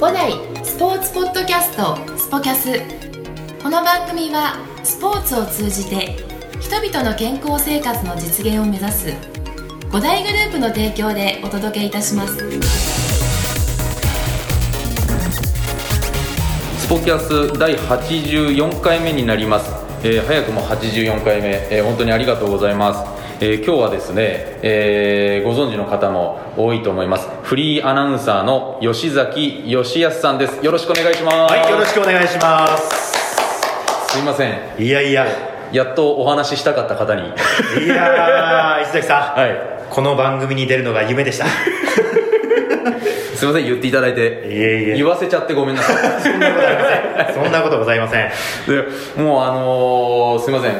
五代スポーツポッドキャストスポキャスこの番組はスポーツを通じて人々の健康生活の実現を目指す五大グループの提供でお届けいたしますスポキャス第84回目になります、えー早くも84回目、えー本当にありがとうございます、えー今日はですね、えーご存知の方も多いと思いますフリーアナウンサーの吉崎義康さんですよろしくお願いしますはい、よろしくお願いします。すいませんいやいや、やっとお話ししたかった方に いやー、石崎さん、はこの番組に出るのが夢 でした。すいません言っていただいていえいえ言わせちゃってごめんなさいそんなことありません。そんなことございません。 でもうあのーすいません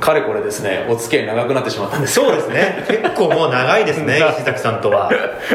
かれこれですねお付き合い長くなってしまったんですそうですね。結構もう長いですね、石崎さんと は。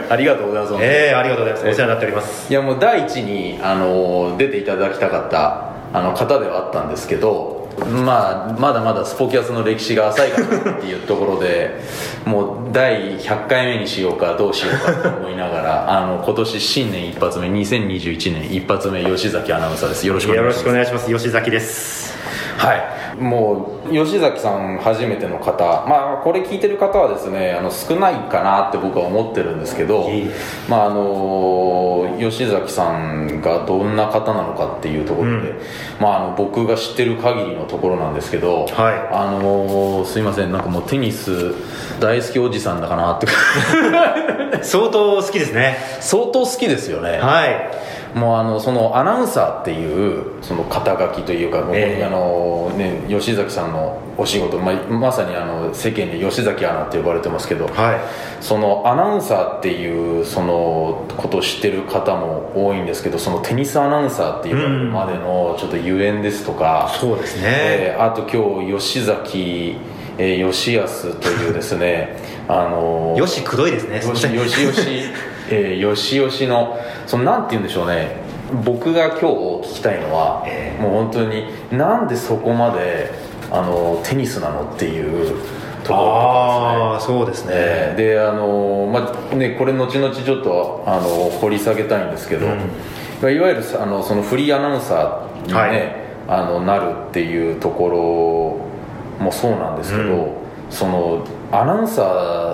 ありがとうございます本当にえー、ありがとうございます。お世話になっております。いやもう第一に、あの出ていただきたかったあの方ではあったんですけど、まあ、まだまだスポキャスの歴史が浅いかなっていうところで もう第100回目にしようかどうしようかと思いながらあの今年新年一発目2021年一発目吉崎アナウンサーですよろしくおよ願ろいししますくお願いします。吉崎です。はい、もう吉崎さん初めての方、まあ、これ聞いてる方はですねあの少ないかなって僕は思ってるんですけどいえいえ、まあ、あの吉崎さんがどんな方なのかっていうところで、うんまあ、あの僕が知ってる限りのところなんですけど、はいあのすいませんなんかもうテニス大好きおじさんだかなって 相当好きですね。相当好きですよね。はい。もうあのそのアナウンサーっていうその肩書きというか、もうええあのね、吉崎さんのお仕事、まあ、まさにあの世間で吉崎アナって呼ばれてますけど、はい。そのアナウンサーっていうそのことを知ってる方も多いんですけどそのテニスアナウンサーっていうまでのちょっとゆえんですとか、そうですね。えーあと今日吉崎、えー吉安というですねあのよし、くどいですね。よしよしよし、 えーよしよしのそのなんて言うんでしょうね僕が今日聞きたいのは、ええもう本当になんでそこまであのテニスなのっていうところああ、そうですね。ええであのまあねこれ後々ちょっとあの掘り下げたいんですけど、いわゆるあのそのフリーアナウンサーに、ねはいあのなるっていうところもそうなんですけど、うそのアナウンサ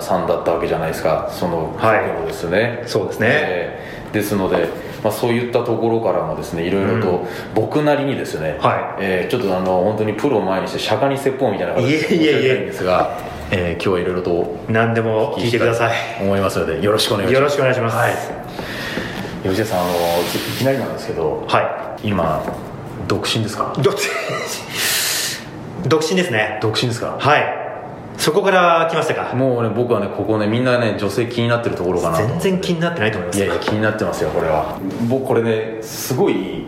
ーさんだったわけじゃないですかそのはい過去のですね、そうですねええですので、まあ、そういったところからもですねいろいろと僕なりにですね、はいええちょっとあの本当にプロを前にして釈迦に説法みたいな形で申しいえいえいえ訳ないんですが、ええ今日はいろいろと何でも聞いてください。思いますのでよろしくお願いしよまろすしくお願いします。はい吉田さんあのいきなりなんですけど、はい。今独身ですか独身 独身ですね独身ですかはいそこから来ましたかもうね僕はねここねみんなね女性気になってるところかなと思全然気になってないと思いまいすやいや気になってますよこれは僕これねすごい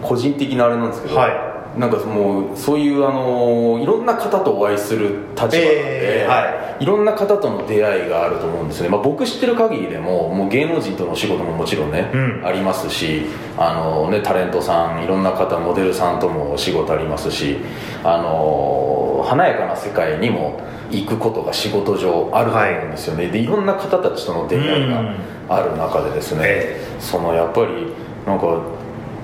個人的なあれなんですけど、はなんかもうそういうあのいろんな方とお会いする立場なので、、ええはいろんな方との出会いがあると思うんですね、まあ、僕知ってる限りでももう芸能人とのお仕事ももちろんね、うんありますしあの、ね、タレントさんいろんな方モデルさんともお仕事ありますしあの華やかな世界にも行くことが仕事上あると思うんですよね、でいろんな方たちとの出会いがある中でですね、えそのやっぱりなんか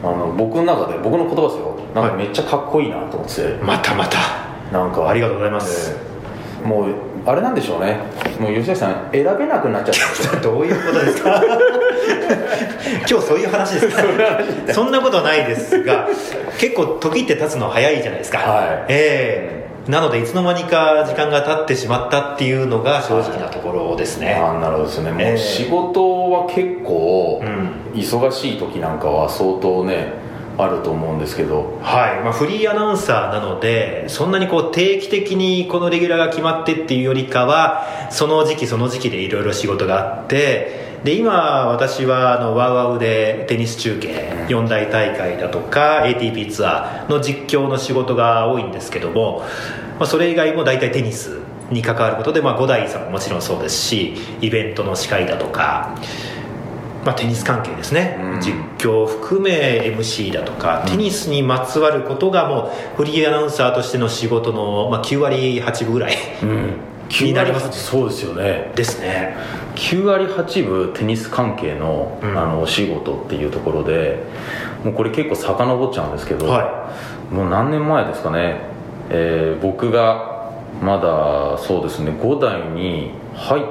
あの僕の中で僕の言葉ですよなんかはめっちゃかっこいいなと思って、またまたなんかありがとうございます、えーもうあれなんでしょうねもう吉崎さん選べなくなっちゃったんですよ どういうことですか 今日そういう話ですかそんなことはないですが結構時って経つの早いじゃないですかはいええなのでいつの間にか時間が経ってしまったっていうのが正直なところですね、あーなるほどですねもえうー仕事は結構うん忙しい時なんかは相当ねあると思うんですけどはいまあ、フリーアナウンサーなのでそんなにこう定期的にこのレギュラーが決まってっていうよりかはその時期その時期でいろいろ仕事があってで今私はあのワウワウでテニス中継4大大会だとか ATP ツアーの実況の仕事が多いんですけども、まあ、それ以外も大体テニスに関わることで、まあ、五代さんももちろんそうですしイベントの司会だとかまあ、テニス関係ですね、うん実況を含め MC だとか、テニスにまつわることがもうフリーアナウンサーとしての仕事の、まあ、9割8分ぐらいうんになりますねそうですよねですね9割8分テニス関係の,、うんあのお仕事っていうところでもうこれ結構遡っちゃうんですけど、はもう何年前ですかね、えー僕がまだそうですね5代に入っ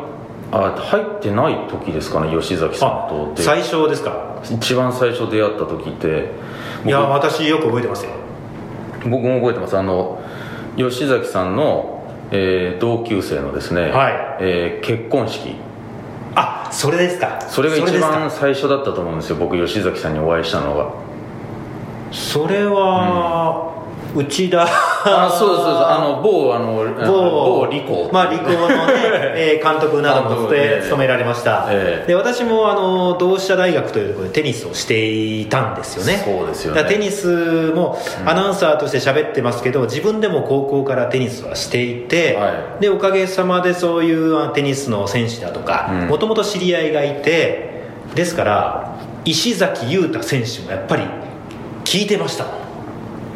あ入ってない時ですかね吉崎さんとあで最初ですか一番最初出会った時って僕いや私よく覚えてますよ僕も覚えてますあの吉崎さんの、えー同級生のですね、はいえー結婚式あそれですかそれがで一すか番最初だったと思うんですよ僕吉崎さんにお会いしたのがそれは、内田あそうですそうですあの某あのあの某リコまあ、リコ の、ねえー監督なども監務督めええ務められました、ええで私もあの同志社大学というところでテニスをしていたんですよねそうですよねだからテニスもアナウンサーとして喋ってますけど、自分でも高校からテニスはしていて、はでおかげさまでそういうあテニスの選手だとかうんもともと知り合いがいてですから石崎雄太選手もやっぱり聞いてました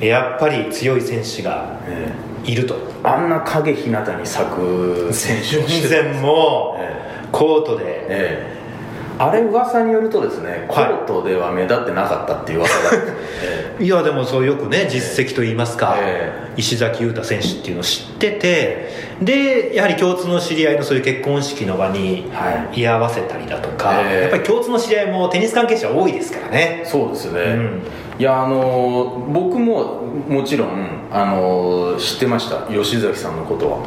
やっぱり強い選手がえいるとえあんな影ひなたに咲く選手をして全然もえうコートで ええあれ噂によるとですねコはいートでは目立ってなかったっていう噂があるん ですよね、えいやでもそうよくね実績といいますか、え石崎雄太選手っていうのを知っててでやはり共通の知り合いのそういう結婚式の場には居合わせたりだとか、ええやっぱり共通の知り合いもテニス関係者多いですからねえそうですね、うんいやあの僕ももちろんあの知ってました吉崎さんのことは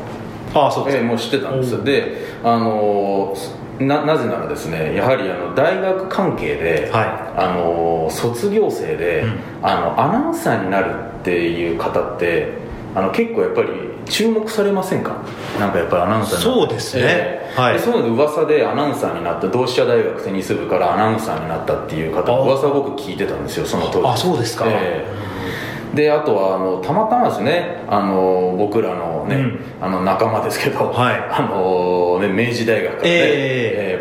ああそうですええか、もう知ってたんですようんであのななぜならですねやはりあの大学関係で、はあの卒業生で、うんあのアナウンサーになるっていう方ってあの結構やっぱり注目されませんかなんかやっぱりアナウンサーになってそうですねええはいでそういうので噂でアナウンサーになった同志社大学テニス部からアナウンサーになったっていう方あ噂を僕聞いてたんですよその当時あそうですか、ええであとはあのたまたまですねあの僕らのね、うんあの仲間ですけど、はいあのね、明治大学からね、え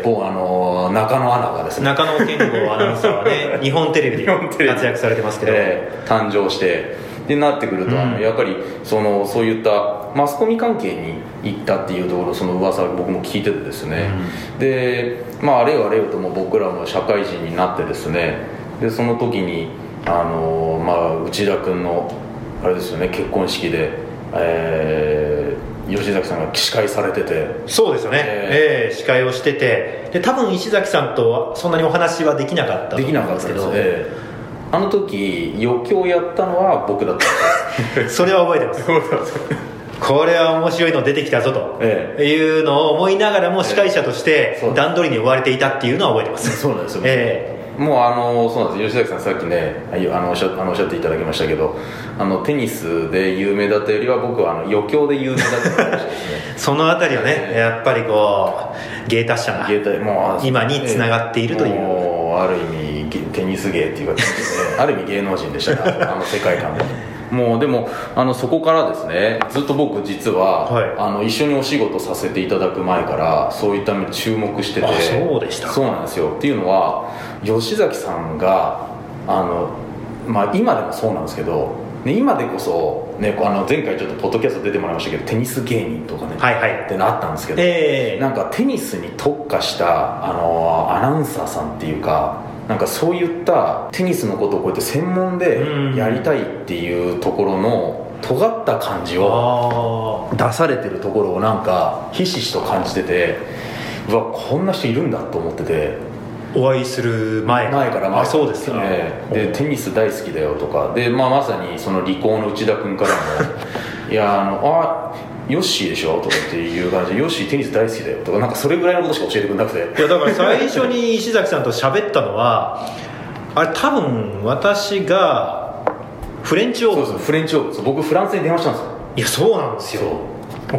ええ某あの中野アナがですね、中野健吾アナウンサー はね日本テレビで本テレビ活躍されてますけど、ええ誕生してでなってくると、あのうんやっぱりそのそういったマスコミ関係に行ったっていうところその噂を僕も聞いててですね、でまああれよあれよとも僕らも社会人になってですねでその時にあの、まあ、内田君のあれですよね結婚式で、えー吉崎さんが司会されててそうですよね、えええ司会をしててで多分石崎さんとはそんなにお話はできなかったとで思きうんなかでっすたけでどす、ええあの時余興やったのは僕だったんですよ それは覚えてますこれは面白いの出てきたぞと、えいうのを思いながらも司会者としえてそう段取りに追われていたっていうのは覚えてますそうなんですよえもうあのそうなんです吉崎さんさっきねあいあのおっしゃあのおっしゃっていただきましたけどあのテニスで有名だったよりは僕はあの余興で有名だったかもしれないですねえそのあたりはね、ええやっぱりこう芸達者な芸大もう今につながっているというもうある意味ゲテニス芸っていうか ですねある意味芸能人でしたからあの世界観でもうでもあのそこからですねずっと僕実は、はいあの一緒にお仕事させていただく前からそういった面に注目しててあそうでしたそうなんですよっていうのは吉崎さんがあの、まあ、今でもそうなんですけど、ね、今でこそ、ね、こうあの前回ちょっとポッドキャスト出てもらいましたけどテニス芸人とかね、はいはいってなったんですけど、ええなんかテニスに特化したあのアナウンサーさんっていうかなんかそういったテニスのことをこうやって専門うでんやりたいっていうところの尖った感じをあ出されてるところをなんかひしひしと感じててうわこんな人いるんだと思っててーお会いする前前から前あそうですか、ええでテニス大好きだよとかで、まあ、まさにその離婚の内田君からも「 いやあのあヨッシーでしょ?」とかっていう感じで「ヨッシーテニス大好きだよ」とかなんかそれぐらいのことしか教えてくれなくていやだから最初に石崎さんと喋ったのはあれ多分私がフレンチオーそプうンそうフレンチオープンそう僕フランスに電話したんですよいやそうなんですよも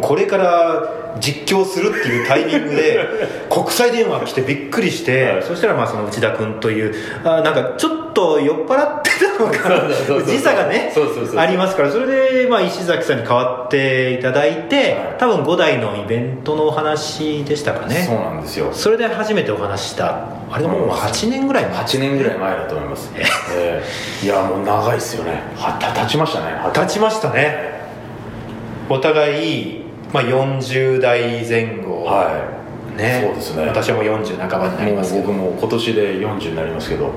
うこれから実況するっていうタイミング で国際電話来てびっくりして、はいそしたらまあその内田君というあーなんかちょっと酔っ払ってたのかなそうそうそう時差がねそうそうそうそうありますからそれでまあ石崎さんに代わっていただいて、はい多分5代のイベントのお話でしたかそうねなんですよそれで初めてお話ししたあれもう8年ぐらい前8年ぐらい前だと思い ます、ええいやもう長いっすよねはた経ちましたねは経ちましたねお互い、ままあ、40代前後、はねそうですね私はもう40半ばにいなりますけもうど僕も今年で40になりますけど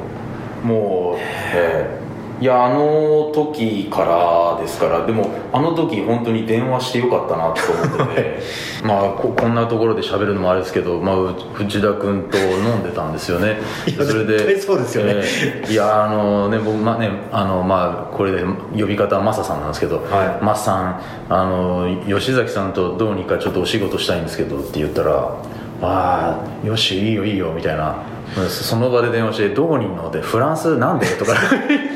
もう、えーいやあの時からですからでもあの時本当に電話してよかったなと思って てまあここんなところで喋るのもあれですけど、まあ、う内田君と飲んでたんですよねいや絶対そうですよねえーいやあのね僕まあねあのまあこれで呼び方はマサさんなんですけど、はいマサさんあの吉崎さんとどうにかちょっとお仕事したいんですけどって言ったら「ああよしいいよいいよ」みたいなその場で電話して「どうにんの?」で「フランスなんで?」と か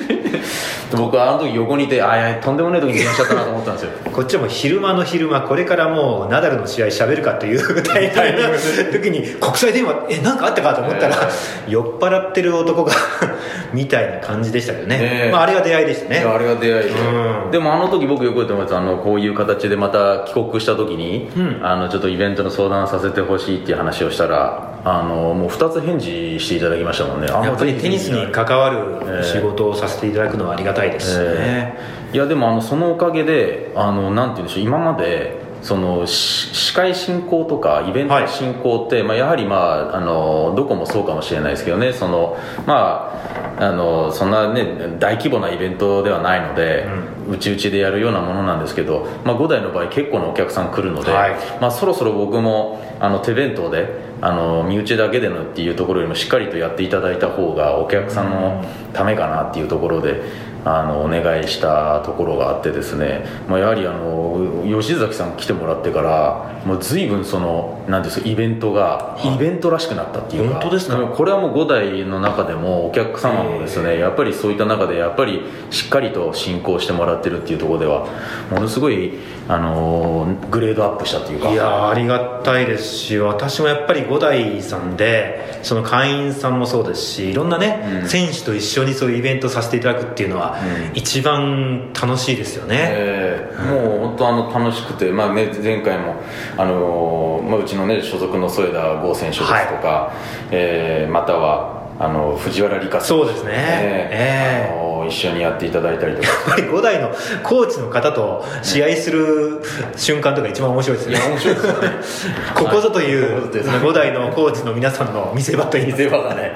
で僕はあの時横にいてあいやとんでもない時に電話しちゃったなと思ったんですよこっちはもう昼間の昼間これからもうナダルの試合しゃべるかという 大体の時に国際電話えなんかあったかと思ったら、酔っ払ってる男が みたいな感じでしたけどね、ねえまあ、あれが出会いでしたねいやあれが出会いで、うんでもあの時僕よく言ってもらったあのこういう形でまた帰国した時に、うんあのちょっとイベントの相談させてほしいっていう話をしたらあのもう2つ返事していただきましたもんねあやっぱりテニスに関わえるえ仕事をさせていただくのはありがたいですしね、えーいやでもあのそのおかげであのなんて言うんでしょう今までそのし司会進行とかイベントの進行って、まあ、やはり、まあ、あのどこもそうかもしれないですけどねそのまああのそんなね大規模なイベントではないので、うちうちでやるようなものなんですけど、まあ、5台の場合結構なお客さん来るので、はいまあ、そろそろ僕もあの手弁当であの身内だけでのっていうところよりもしっかりとやっていただいた方がお客さんのためかなっていうところであのお願いしたところがあってですね、まあ、やはりあの吉崎さん来てもらってからもう随分そのなんていうんですかイベントがイベントらしくなったっていうか本当ですかこれはもう5台の中でもお客様もですねやっぱりそういった中でやっぱりしっかりと進行してもらってるっていうところではものすごいあのグレードアップしたっていうかいやーありがたいですし私もやっぱり五代さんでその会員さんもそうですしいろんなね、うん選手と一緒にそういうイベントさせていただくっていうのは、うん一番楽しいですよね、えーもう本当あの楽しくて、まあね、前回も、あのーまあ、うちの、ね、所属の添田剛選手ですとか、えーまたはあの藤原理香選そうですね手、ねえあえのー一緒にやっていただいたりとか。やっぱり五代のコーチの方と試合する瞬間とか一番面白いですいねや面白いですよねここぞといここぞうという五代のコーチの皆さんの見せ場といい見ますせか場がね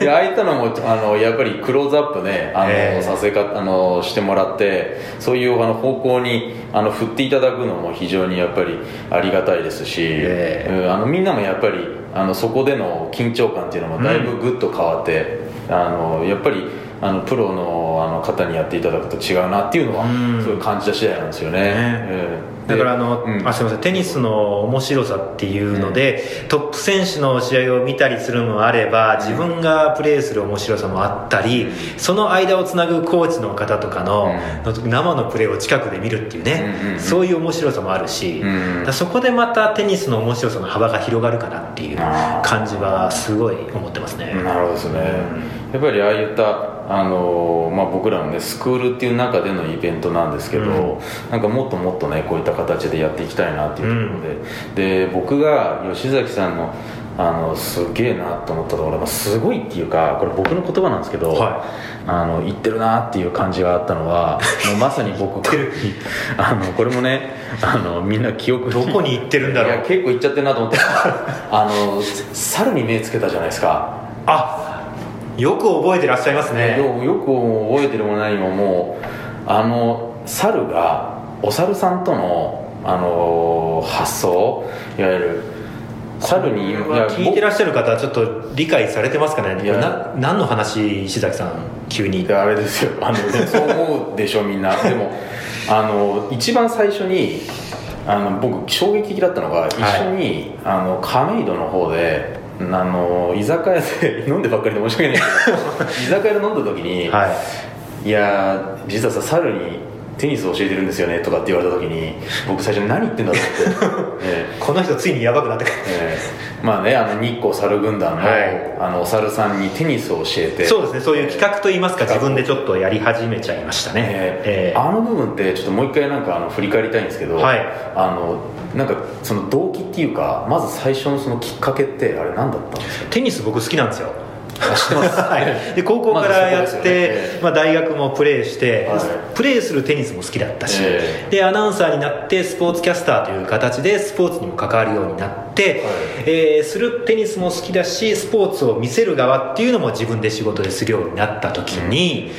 いやああいったのもあのやっぱりクローズアップねあの、ええさせかあのしてもらってそういうあの方向にあの振っていただくのも非常にやっぱりありがたいですし、ええうんあのみんなもやっぱりあのそこでの緊張感っていうのもだいぶぐっと変わって、あのやっぱりあのプロのあの方にやっていただくと違うなっていうのは、うんそういう感じた次第なんですよね、ええだからあの、うんあすみませんテニスの面白さっていうので、トップ選手の試合を見たりするのもあれば自分がプレーする面白さもあったり、その間をつなぐコーチの方とかの,、生のプレーを近くで見るっていうね、うんうんうんそういう面白さもあるし、うんだからそこでまたテニスの面白さの幅が広がるかなっていうあー感じはすごい思ってますね。なるほどですね、やっぱりああいった、あのーまあ、僕らのねスクールっていう中でのイベントなんですけど、うなんかもっともっとねこういった形でやっていきたいなっていうところで、で僕が吉崎さんのあのすげえなと思ったところまあすごいっていうかこれ僕の言葉なんですけど、はあの言ってるなっていう感じがあったの はもうまさに僕があのこれもねあのみんな記憶どこに行ってるんだろういや結構いっちゃってるなと思ったのはあの猿に目つけたじゃないですかあよく覚えてらっしゃいますね。よよく覚えてるも何ももうあの猿がお猿さんとの、あのー発想いわゆる猿にいや聞いてらっしゃる方はちょっと理解されてますかねいやな何の話石崎さん急にいやあれですよあのでもそう思うでしょみん なでもあの一番最初にあの僕衝撃的だったのが一緒に、あの亀戸の方であの居酒屋で飲んでばっかりで申し訳ない けど居酒屋で飲んだ時に、はいいやー実はさ猿にテニスを教えてるんですよねとかって言われた時に僕最初何言ってんだと思って ええこの人ついにヤバくなってくるええまあねあの日光猿軍団の,、はいあのお猿さんにテニスを教えてそうですねそういう企画といいますか自分でちょっとやり始めちゃいましたねえーええあの部分ってちょっともう一回なんかあの振り返りたいんですけど、はいあのなんかその動機っていうかまず最初のそのきっかけってあれ何だったんですかテニス僕好きなんですよあ 知ってますはい、 で高校からやまずっそこて、ですよねまあ、大学もプレーして、はいプレーするテニスも好きだったし、えでアナウンサーになってスポーツキャスターという形でスポーツにも関わるようになって、えーするテニスも好きだしスポーツを見せる側っていうのも自分で仕事でするようになった時に、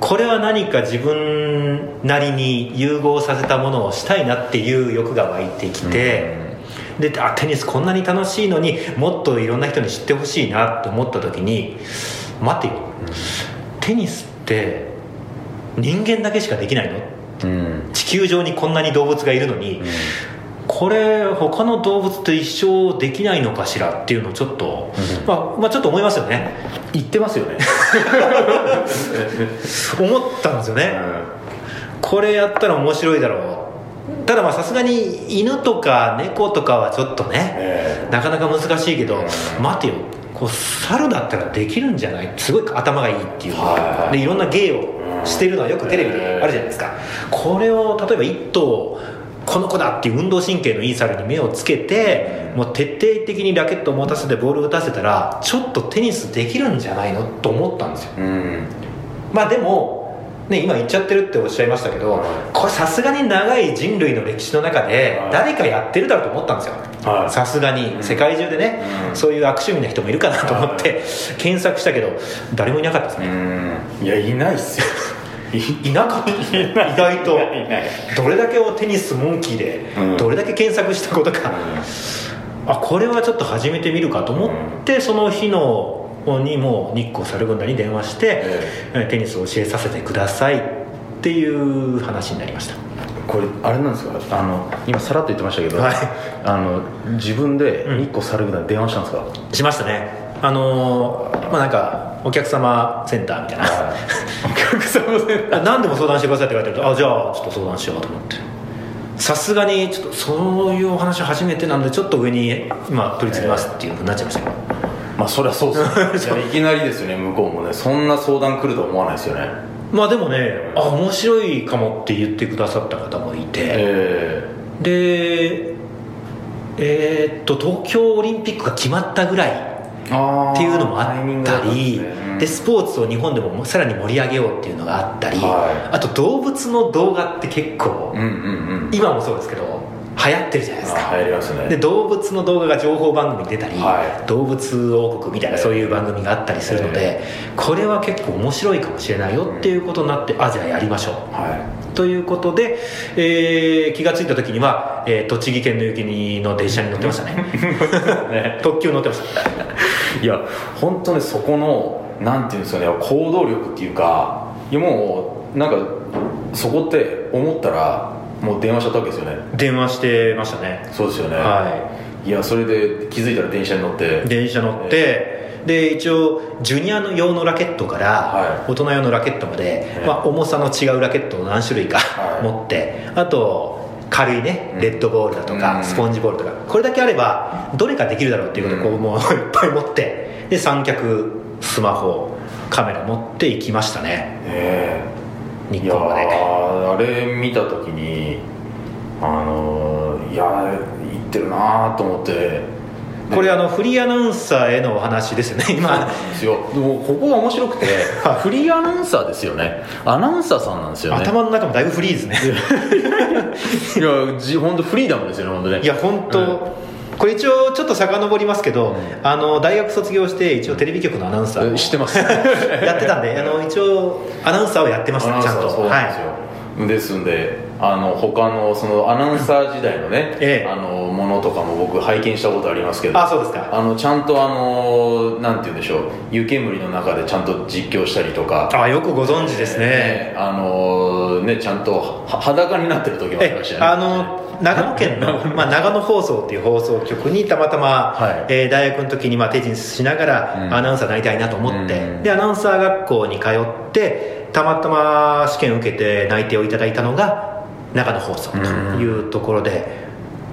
これは何か自分なりに融合させたものをしたいなっていう欲が湧いてきて、であテニスこんなに楽しいのにもっといろんな人に知ってほしいなと思った時に待てよ、テニスって人間だけしかできないのうん地球上にこんなに動物がいるのに、うんこれ他の動物と一生できないのかしらっていうのをちょっと、うんまあ、まあちょっと思いますよね言ってますよね、 思ったんですよね、これやったら面白いだろうただまあさすがに犬とか猫とかはちょっとね、えなかなか難しいけど、うん待てよこう猿だったらできるんじゃないすごい頭がいいっていう、はいでいろんな芸をしてるのはよくテレビであるじゃないですか、これを例えば一頭この子だっていう運動神経のいい猿に目をつけてもう徹底的にラケットを持たせてボールを打たせたらちょっとテニスできるんじゃないのと思ったんですようんまあでも、ね、今言っちゃってるっておっしゃいましたけど、はいこれさすがに長い人類の歴史の中ではい誰かやってるだろうと思ったんですよはいさすがにうん世界中でね、うんそういう悪趣味な人もいるかなと思って、は検索したけど誰もいなかったですね、うんいやいないっ すよいなかったですね意外といないどれだけをテニスモンキーで、うんどれだけ検索したことか、あこれはちょっと始めてみるかと思って、その日のにもう日光猿軍団に電話して、テニスを教えさせてくださいっていう話になりましたこれあれなんですかあの今さらっと言ってましたけど、はいあの自分でうん日光猿ぐらい電話したんですか、しましたねあのーまあなんかお客様センターみたい なはいお客様であ何でも相談してくださいって書いてあるとあじゃあちょっと相談しようと思ってさすがにちょっとそういうお話初めてなんでちょっと上に今取り付けますっていうふうになっちゃいましたけどまあそりゃそうっすよ いやいきなりですよね向こうもねそんな相談来るとは思わないですよねまあでもねあ面白いかもって言ってくださった方もいて、えでえーっと東京オリンピックが決まったぐらいえあっていうのもあったりで,、ですスポーツを日本でもさらに盛り上げようっていうのがあったり、はあと動物の動画って結構、うんうんうん今もそうですけど流行ってるじゃないですあか流行りますねで動物の動画が情報番組に出たり、は動物王国みたいなええそういう番組があったりするので、これは結構面白いかもしれないよっていうことになって、あじゃあやりましょうはということで、えー気がついた時には、えー栃木県の雪にの電車に乗ってましたねい ね特急乗ってましたいや本当ねそこのなんていうんですかね行動力っていうかいやもうなんかそこって思ったらもう電話しちゃったわけですよね電話してましたねそうですよねはいやそれで気づいたら電車に乗って電車乗って、で一応ジュニアの用のラケットから、は大人用のラケットまで、ええまあ、重さの違うラケットを何種類か、はい持ってあと軽いねうんレッドボールだとか、うんスポンジボールとかこれだけあればどれかできるだろうっていうことをこう、うんもういっぱい持ってで三脚スマホカメラ持って行きましたねええ日いや光までーあれ見た時にあのーいやー行ってるなーと思ってこれあのフリーアナウンサーへのお話ですよ ね今ですよでもここが面白くてフリーアナウンサーですよねアナウンサーさんなんですよね頭の中もだいぶフリ ーズねいやじ本当フリーダムですよね本当ねいや本当、うんこれ一応ちょっと遡りますけうど、んあの大学卒業して一応テレビ局のアナウンサーを知ってますやってたんであの一応アナウンサーをやってました ねちゃんとそうなんですよ、はですんであの他のそのアナウンサー時代のね、ええあのものとかも僕拝見したことありますけい、どあそうですかあのちゃんとあのなんて言うんでしょう湯煙の中でちゃんと実況したりとかあよくご存知ですね、ねあのねちゃんとは裸になってる時もありまえしたよねあの長野県の、まあ、長野放送っていう放送局にたまたま、はいえー大学の時に、まあ、手順しながら、うんアナウンサーになりたいなと思って、うんでアナウンサー学校に通ってたまたま試験受けて内定をいただいたのが長野放送というところで、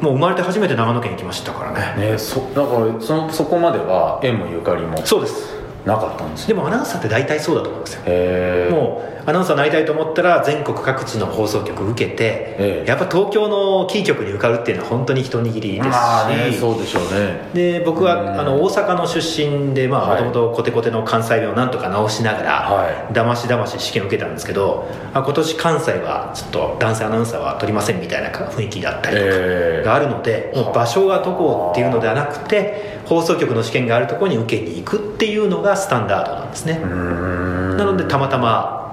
もう生まれて初めて長野県行きましたからねねそだからそのそこまでは縁もゆかりもそうですなかったんですでよもアナウンサーって大体そうだと思うんですよへえもうアナウンサーになりたいと思ったら全国各地の放送局受けて、ええやっぱ東京のキー局に受かるっていうのは本当に一握りですし、まあねそうでしょうねで僕うんはあの大阪の出身でまあもはいともとコテコテの関西弁をなんとか直しながら、はだましだまし試験を受けたんですけどあ今年関西はちょっと男性アナウンサーは取りませんみたいな雰囲気だったりとかえがあるので、もう場所がどこっていうのではなくて放送局の試験があるところに受けに行くっていうのがスタンダードなんですね、うーんなのでたまたま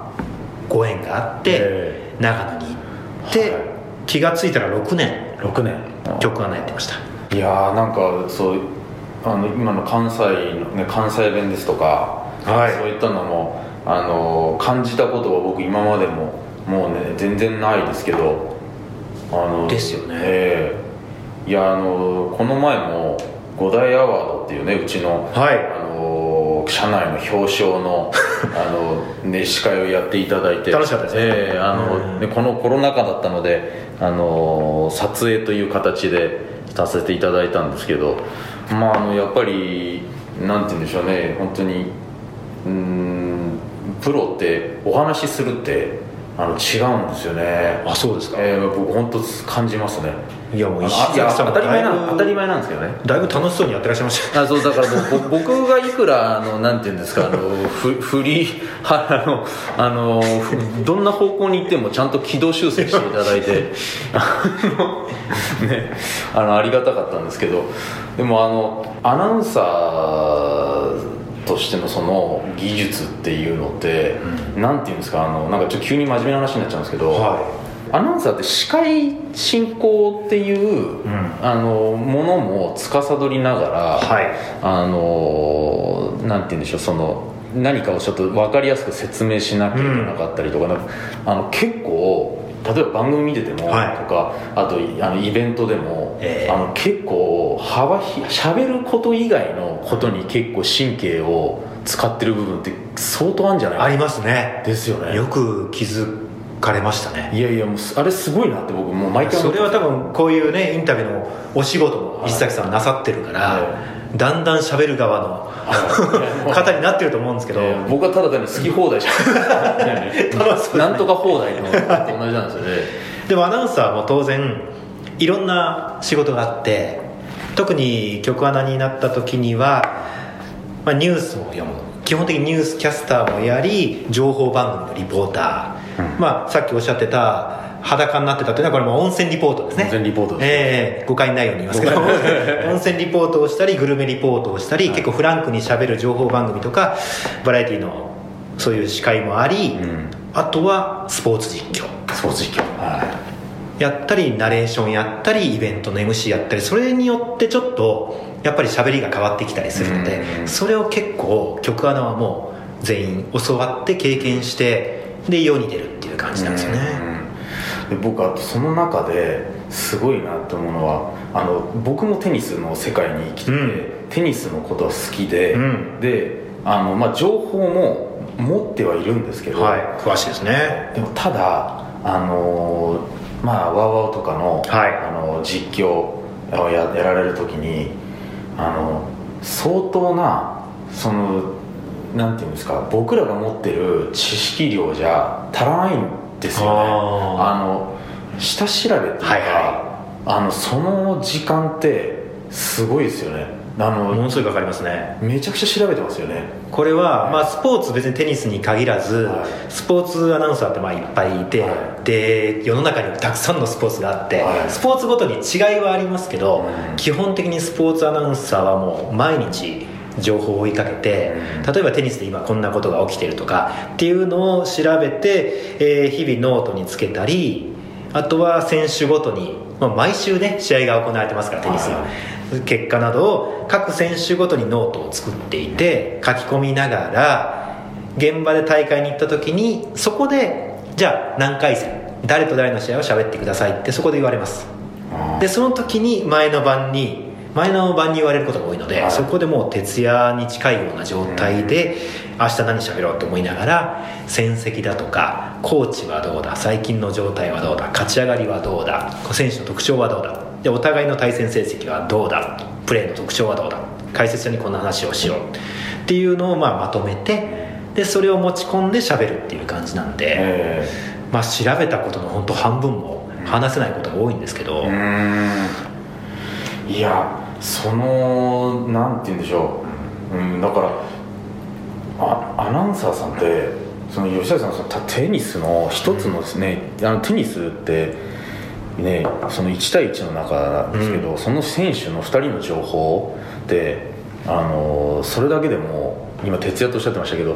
ご縁があって、え長野に行って、はい気がついたら6年6年局アナやってましたいやーなんかそうあの今の関西の、ね、関西弁ですとか、はいそういったのもあの感じたことは僕今までももうね全然ないですけどあのですよねええいやあのこの前も五大アワードっていうねうちのはいあの社内の表彰 のあの、ね、司会をやっていただいて楽しかったですねええあのうんねこのコロナ禍だったのであの撮影という形でさせていただいたんですけど、まあ、あのやっぱりなんて言うんでしょうね本当にうーんプロってお話しするってあの違うんですよね。あそうですか、ええ僕本当感じますねいやもあうの石あいや崎さん当もたり前なだいぶ当たり前なんですけどねだいぶ楽しそうにやってらっしゃいましたあそうだからもうぼ 僕がいくらあのなんていうんですかあのふ 振りはあのあのふどんな方向に行ってもちゃんと軌道修正していただいてあの ねあのありがたかったんですけどでもあのアナウンサーとしてのその技術っていうのって、なんていうんですかあのなんかちょっと急に真面目な話になっちゃうんですけど、はアナウンサーって司会進行っていう、うんあのものも司りながら、はいあのなんて言うんでしょうその何かをちょっと分かりやすく説明しなきゃいけなかったりとか,、なんかあの結構例えば番組見ててもとか、はいあといあのイベントでも、ええあの結構幅ひ喋ること以外のことに結構神経を使ってる部分って相当あるんじゃないありますねですよねよく気づかれましたねいやいやもうすあれすごいなって僕もう毎回思そってれは多分こういうねインタビューのお仕事もはい石崎さんなさってるから、はだんだん喋る側の はい 方になってると思うんですけど、えー僕はただ単に好き放題じゃ楽しそうです ねなんとか放題の同じなんですよねでもアナウンサーも当然いろんな仕事があって特に局アナになった時には、まあ、ニュースも読む基本的にニュースキャスターもやり情報番組のリポーター、うまあ、さっきおっしゃってた裸になってたというのはこれも温泉リポートですね温泉リポートですねええ誤解ないように言いますけど 温泉リポートをしたりグルメリポートをしたり、結構フランクにしゃべる情報番組とかバラエティのそういう司会もあり、うんあとはスポーツ実況掃除機はやったりナレーションやったりイベントの MC やったりそれによってちょっとやっぱり喋りが変わってきたりするのでうんそれを結構局アナはもう全員教わって経験してで世に出るっていう感じなんですよねうんで僕はその中ですごいなと思うのはあの僕もテニスの世界に生きてて、うんテニスのことは好きで、うんであの、まあ、情報も持ってはいるんですけど、はい詳しいですねでもただあのーまあワーワーとかの,、はいあの実況をややられる時にあの相当なそのなんていうんですか僕らが持ってる知識量じゃ足らないんですよねあーあの下調べっていうか、はいはあのその時間ってすごいですよねあの、ものすごいかかりますねめちゃくちゃ調べてますよねこれは、まあ、スポーツ別にテニスに限らず、はいスポーツアナウンサーってまあいっぱいいて、はで世の中にもたくさんのスポーツがあって、はいスポーツごとに違いはありますけど、うん基本的にスポーツアナウンサーはもう毎日情報を追いかけて、うん例えばテニスで今こんなことが起きてるとかっていうのを調べて、えー日々ノートにつけたりあとは選手ごとに、まあ、毎週ね試合が行われてますからテニスは、は結果などを各選手ごとにノートを作っていて書き込みながら現場で大会に行った時にそこでじゃあ何回戦誰と誰の試合を喋ってくださいってそこで言われますでその時に前の晩に前の晩に言われることが多いので、はいそこでもう徹夜に近いような状態で、明日何喋ろうと思いながら戦績だとかコーチはどうだ最近の状態はどうだ勝ち上がりはどうだ選手の特徴はどうだでお互いの対戦成績はどうだプレーの特徴はどうだ解説者にこんな話をしようっていうのをまあまとめてでそれを持ち込んで喋るっていう感じなんで、えまあ、調べたことの本当半分も話せないことが多いんですけど、えうーんいやそのなんて言うんでしょう、うん、だからあアナウンサーさんってその吉田さんそのたテニスの一つのですね、あのテニスってねその1対1の中なんですけど、その選手の2人の情報であのそれだけでも今徹夜とおっしゃってましたけど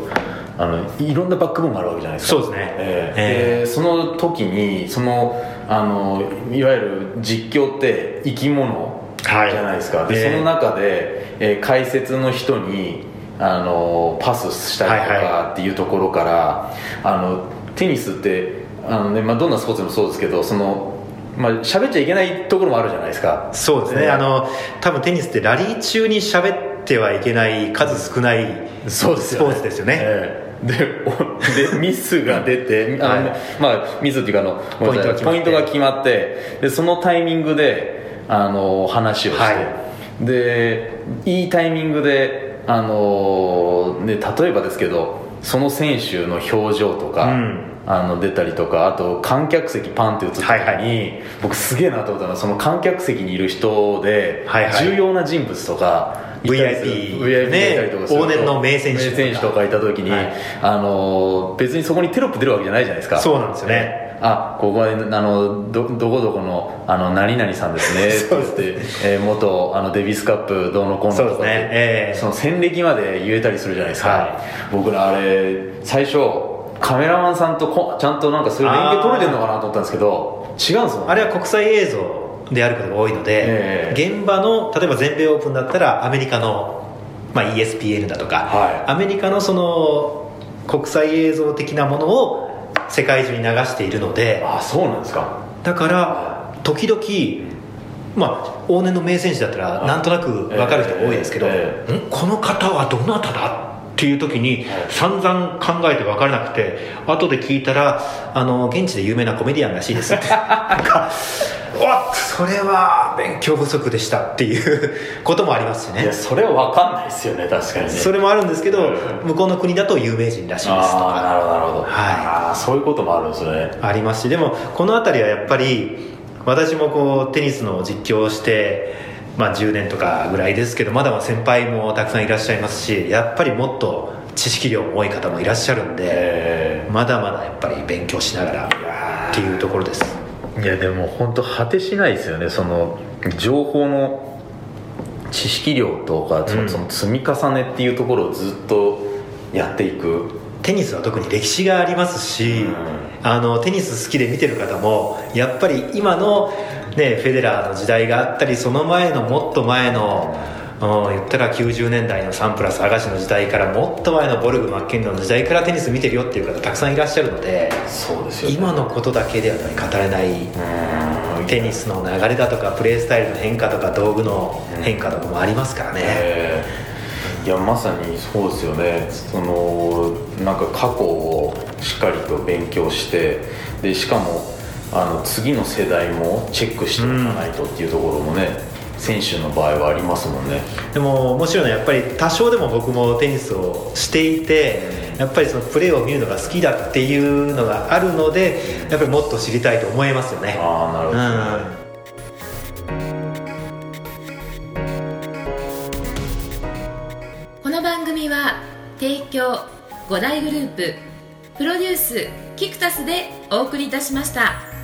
あのいろんなバックボーンがあるわけじゃないですかそうですねえええでその時にそのあのいわゆる実況って生き物じはいゃないですか、でええその中で、えー解説の人にあのパスしたりとはいかっていうところから、あのテニスってあの、ねまあ、どんなスポーツでもそうですけどその、まあ喋っちゃいけないところもあるじゃないですかそうですね、ええあの多分テニスってラリー中に喋ってはいけない数少ないそうですスよポねーツですよねええでおで ミスが出て、あのはまあ、ミスっていうかあのポイントが決まってポイントが決まってでそのタイミングであの話をして、、はいでいいタイミングであの、ね、例えばですけどその選手の表情とか、うんあの出たりとかあと観客席パンって映った時に、はいは僕すげえなと思ったのはその観客席にいる人で、はいはい重要な人物とか VIP VIP ねいたりとかすると往年の名選手とかとかいた時に、はいあの別にそこにテロップ出るわけじゃないじゃないですかそうなんですよねあここはあのどどこどこのあの何々さんですね そうって言って、えー元あのデビスカップどうのこうのとかそうですねええその戦歴まで言えたりするじゃないですか、は僕らあれ最初カメラマンさんとこちゃんとなんかそういう連携取れてるのかなと思ったんですけど違うんですもんあれは国際映像であることが多いのでえ、え現場の例えば全米オープンだったらアメリカの、まあ、ESPN だとか、はいアメリカのその国際映像的なものを世界中に流しているのであそうなんですかだから時々まあ往年の名選手だったらなんとなく分かる人が多いですけど、えんこの方はどなただっていう時に散々考えて分からなくて後で聞いたらあの現地で有名なコメディアンらしい ですってなんかおっそれは勉強不足でしたっていう こともありますしいやねそれは分かんないですよね確かにねそれもあるんですけどえ向こうの国だと有名人らしいですとかああなるほどなるほど、はいあーそういうこともあるんですねありますしでもこの辺りはやっぱり私もこうテニスの実況をして、まあ、10年とかぐらいですけどまだまだ先輩もたくさんいらっしゃいますしやっぱりもっと知識量も多い方もいらっしゃるんでえまだまだやっぱり勉強しながらっていうところですえいやでも本当果てしないですよねその情報の知識量とかその,、うんその積み重ねっていうところをずっとやっていくテニスは特に歴史がありますし、うんあのテニス好きで見てる方もやっぱり今の、ね、フェデラーの時代があったりその前のもっと前の、うん、言ったら90年代のサンプラス・アガシの時代からもっと前のボルグ・マッケンローの時代からテニス見てるよっていう方たくさんいらっしゃるのでそうです今のことだけではやっぱり語れないうんテニスの流れだとかプレースタイルの変化とか道具の変化とかもありますからね。ええいやまさにそうですよねそのなんか過去をしっかりと勉強してでしかもあの次の世代もチェックしておかないとっていうところもね、選手の場合はありますもんねでも面白いのはやっぱり多少でも僕もテニスをしていてやっぱりそのプレーを見るのが好きだっていうのがあるのでやっぱりもっと知りたいと思いますよね。ああなるうほど、んこの番組は提供五大グループプロデュースキクタスでお送りいたしました。